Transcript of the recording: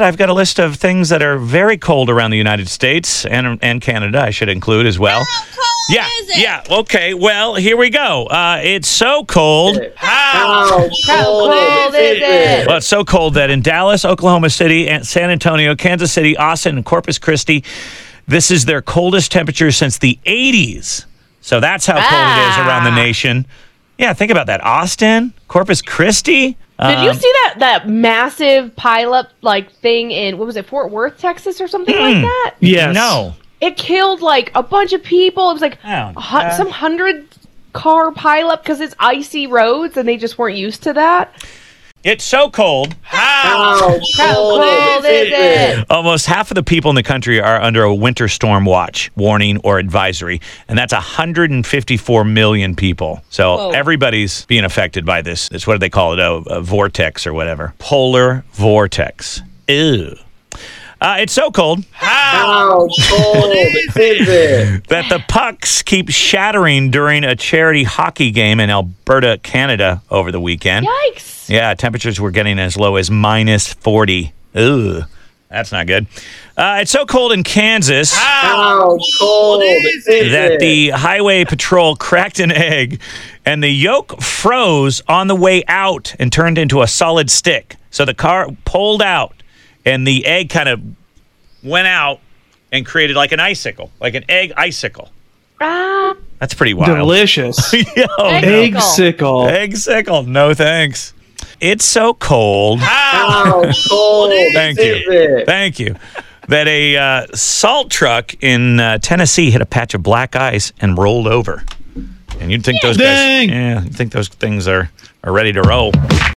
I've got a list of things that are very cold around the United States and and Canada. I should include as well. yeah, is it? yeah. Okay. Well, here we go. Uh, it's so cold. Ow. cold is it? Well, it's so cold that in Dallas, Oklahoma City, and San Antonio, Kansas City, Austin, and Corpus Christi, this is their coldest temperature since the 80s. So that's how cold it is around the nation. Yeah, think about that. Austin, Corpus Christi. Did you um, see that that massive pileup like thing in what was it Fort Worth, Texas, or something like that? Yes. No. It killed like a bunch of people. It was like Oh, a hun- some hundred car pileup because it's icy roads and they just weren't used to that. It's so cold. How cold is it? Almost half of the people in the country are under a winter storm watch, warning, or advisory, and that's 154 million people. So everybody's being affected by this. It's what do they call it? Oh, a vortex or whatever. Polar vortex. Ew. Uh, it's so cold How cold is it? that the pucks keep shattering during a charity hockey game in Alberta, Canada over the weekend. Yikes! Yeah, temperatures were getting as low as minus 40. Ooh, that's not good. Uh, it's so cold in Kansas How cold is it? that the highway patrol cracked an egg and the yolk froze on the way out and turned into a solid stick. So the car pulled out and the egg kind of went out and created like an icicle, like an egg icicle. Ah, That's pretty wild. delicious Yo, Egg egg sickle. egg sickle. No thanks. It's so cold. How cold is Thank you. it? Thank you. That a uh, salt truck in uh, Tennessee hit a patch of black ice and rolled over. And you'd think those guys, Dang. yeah, you'd think those things are, are ready to roll.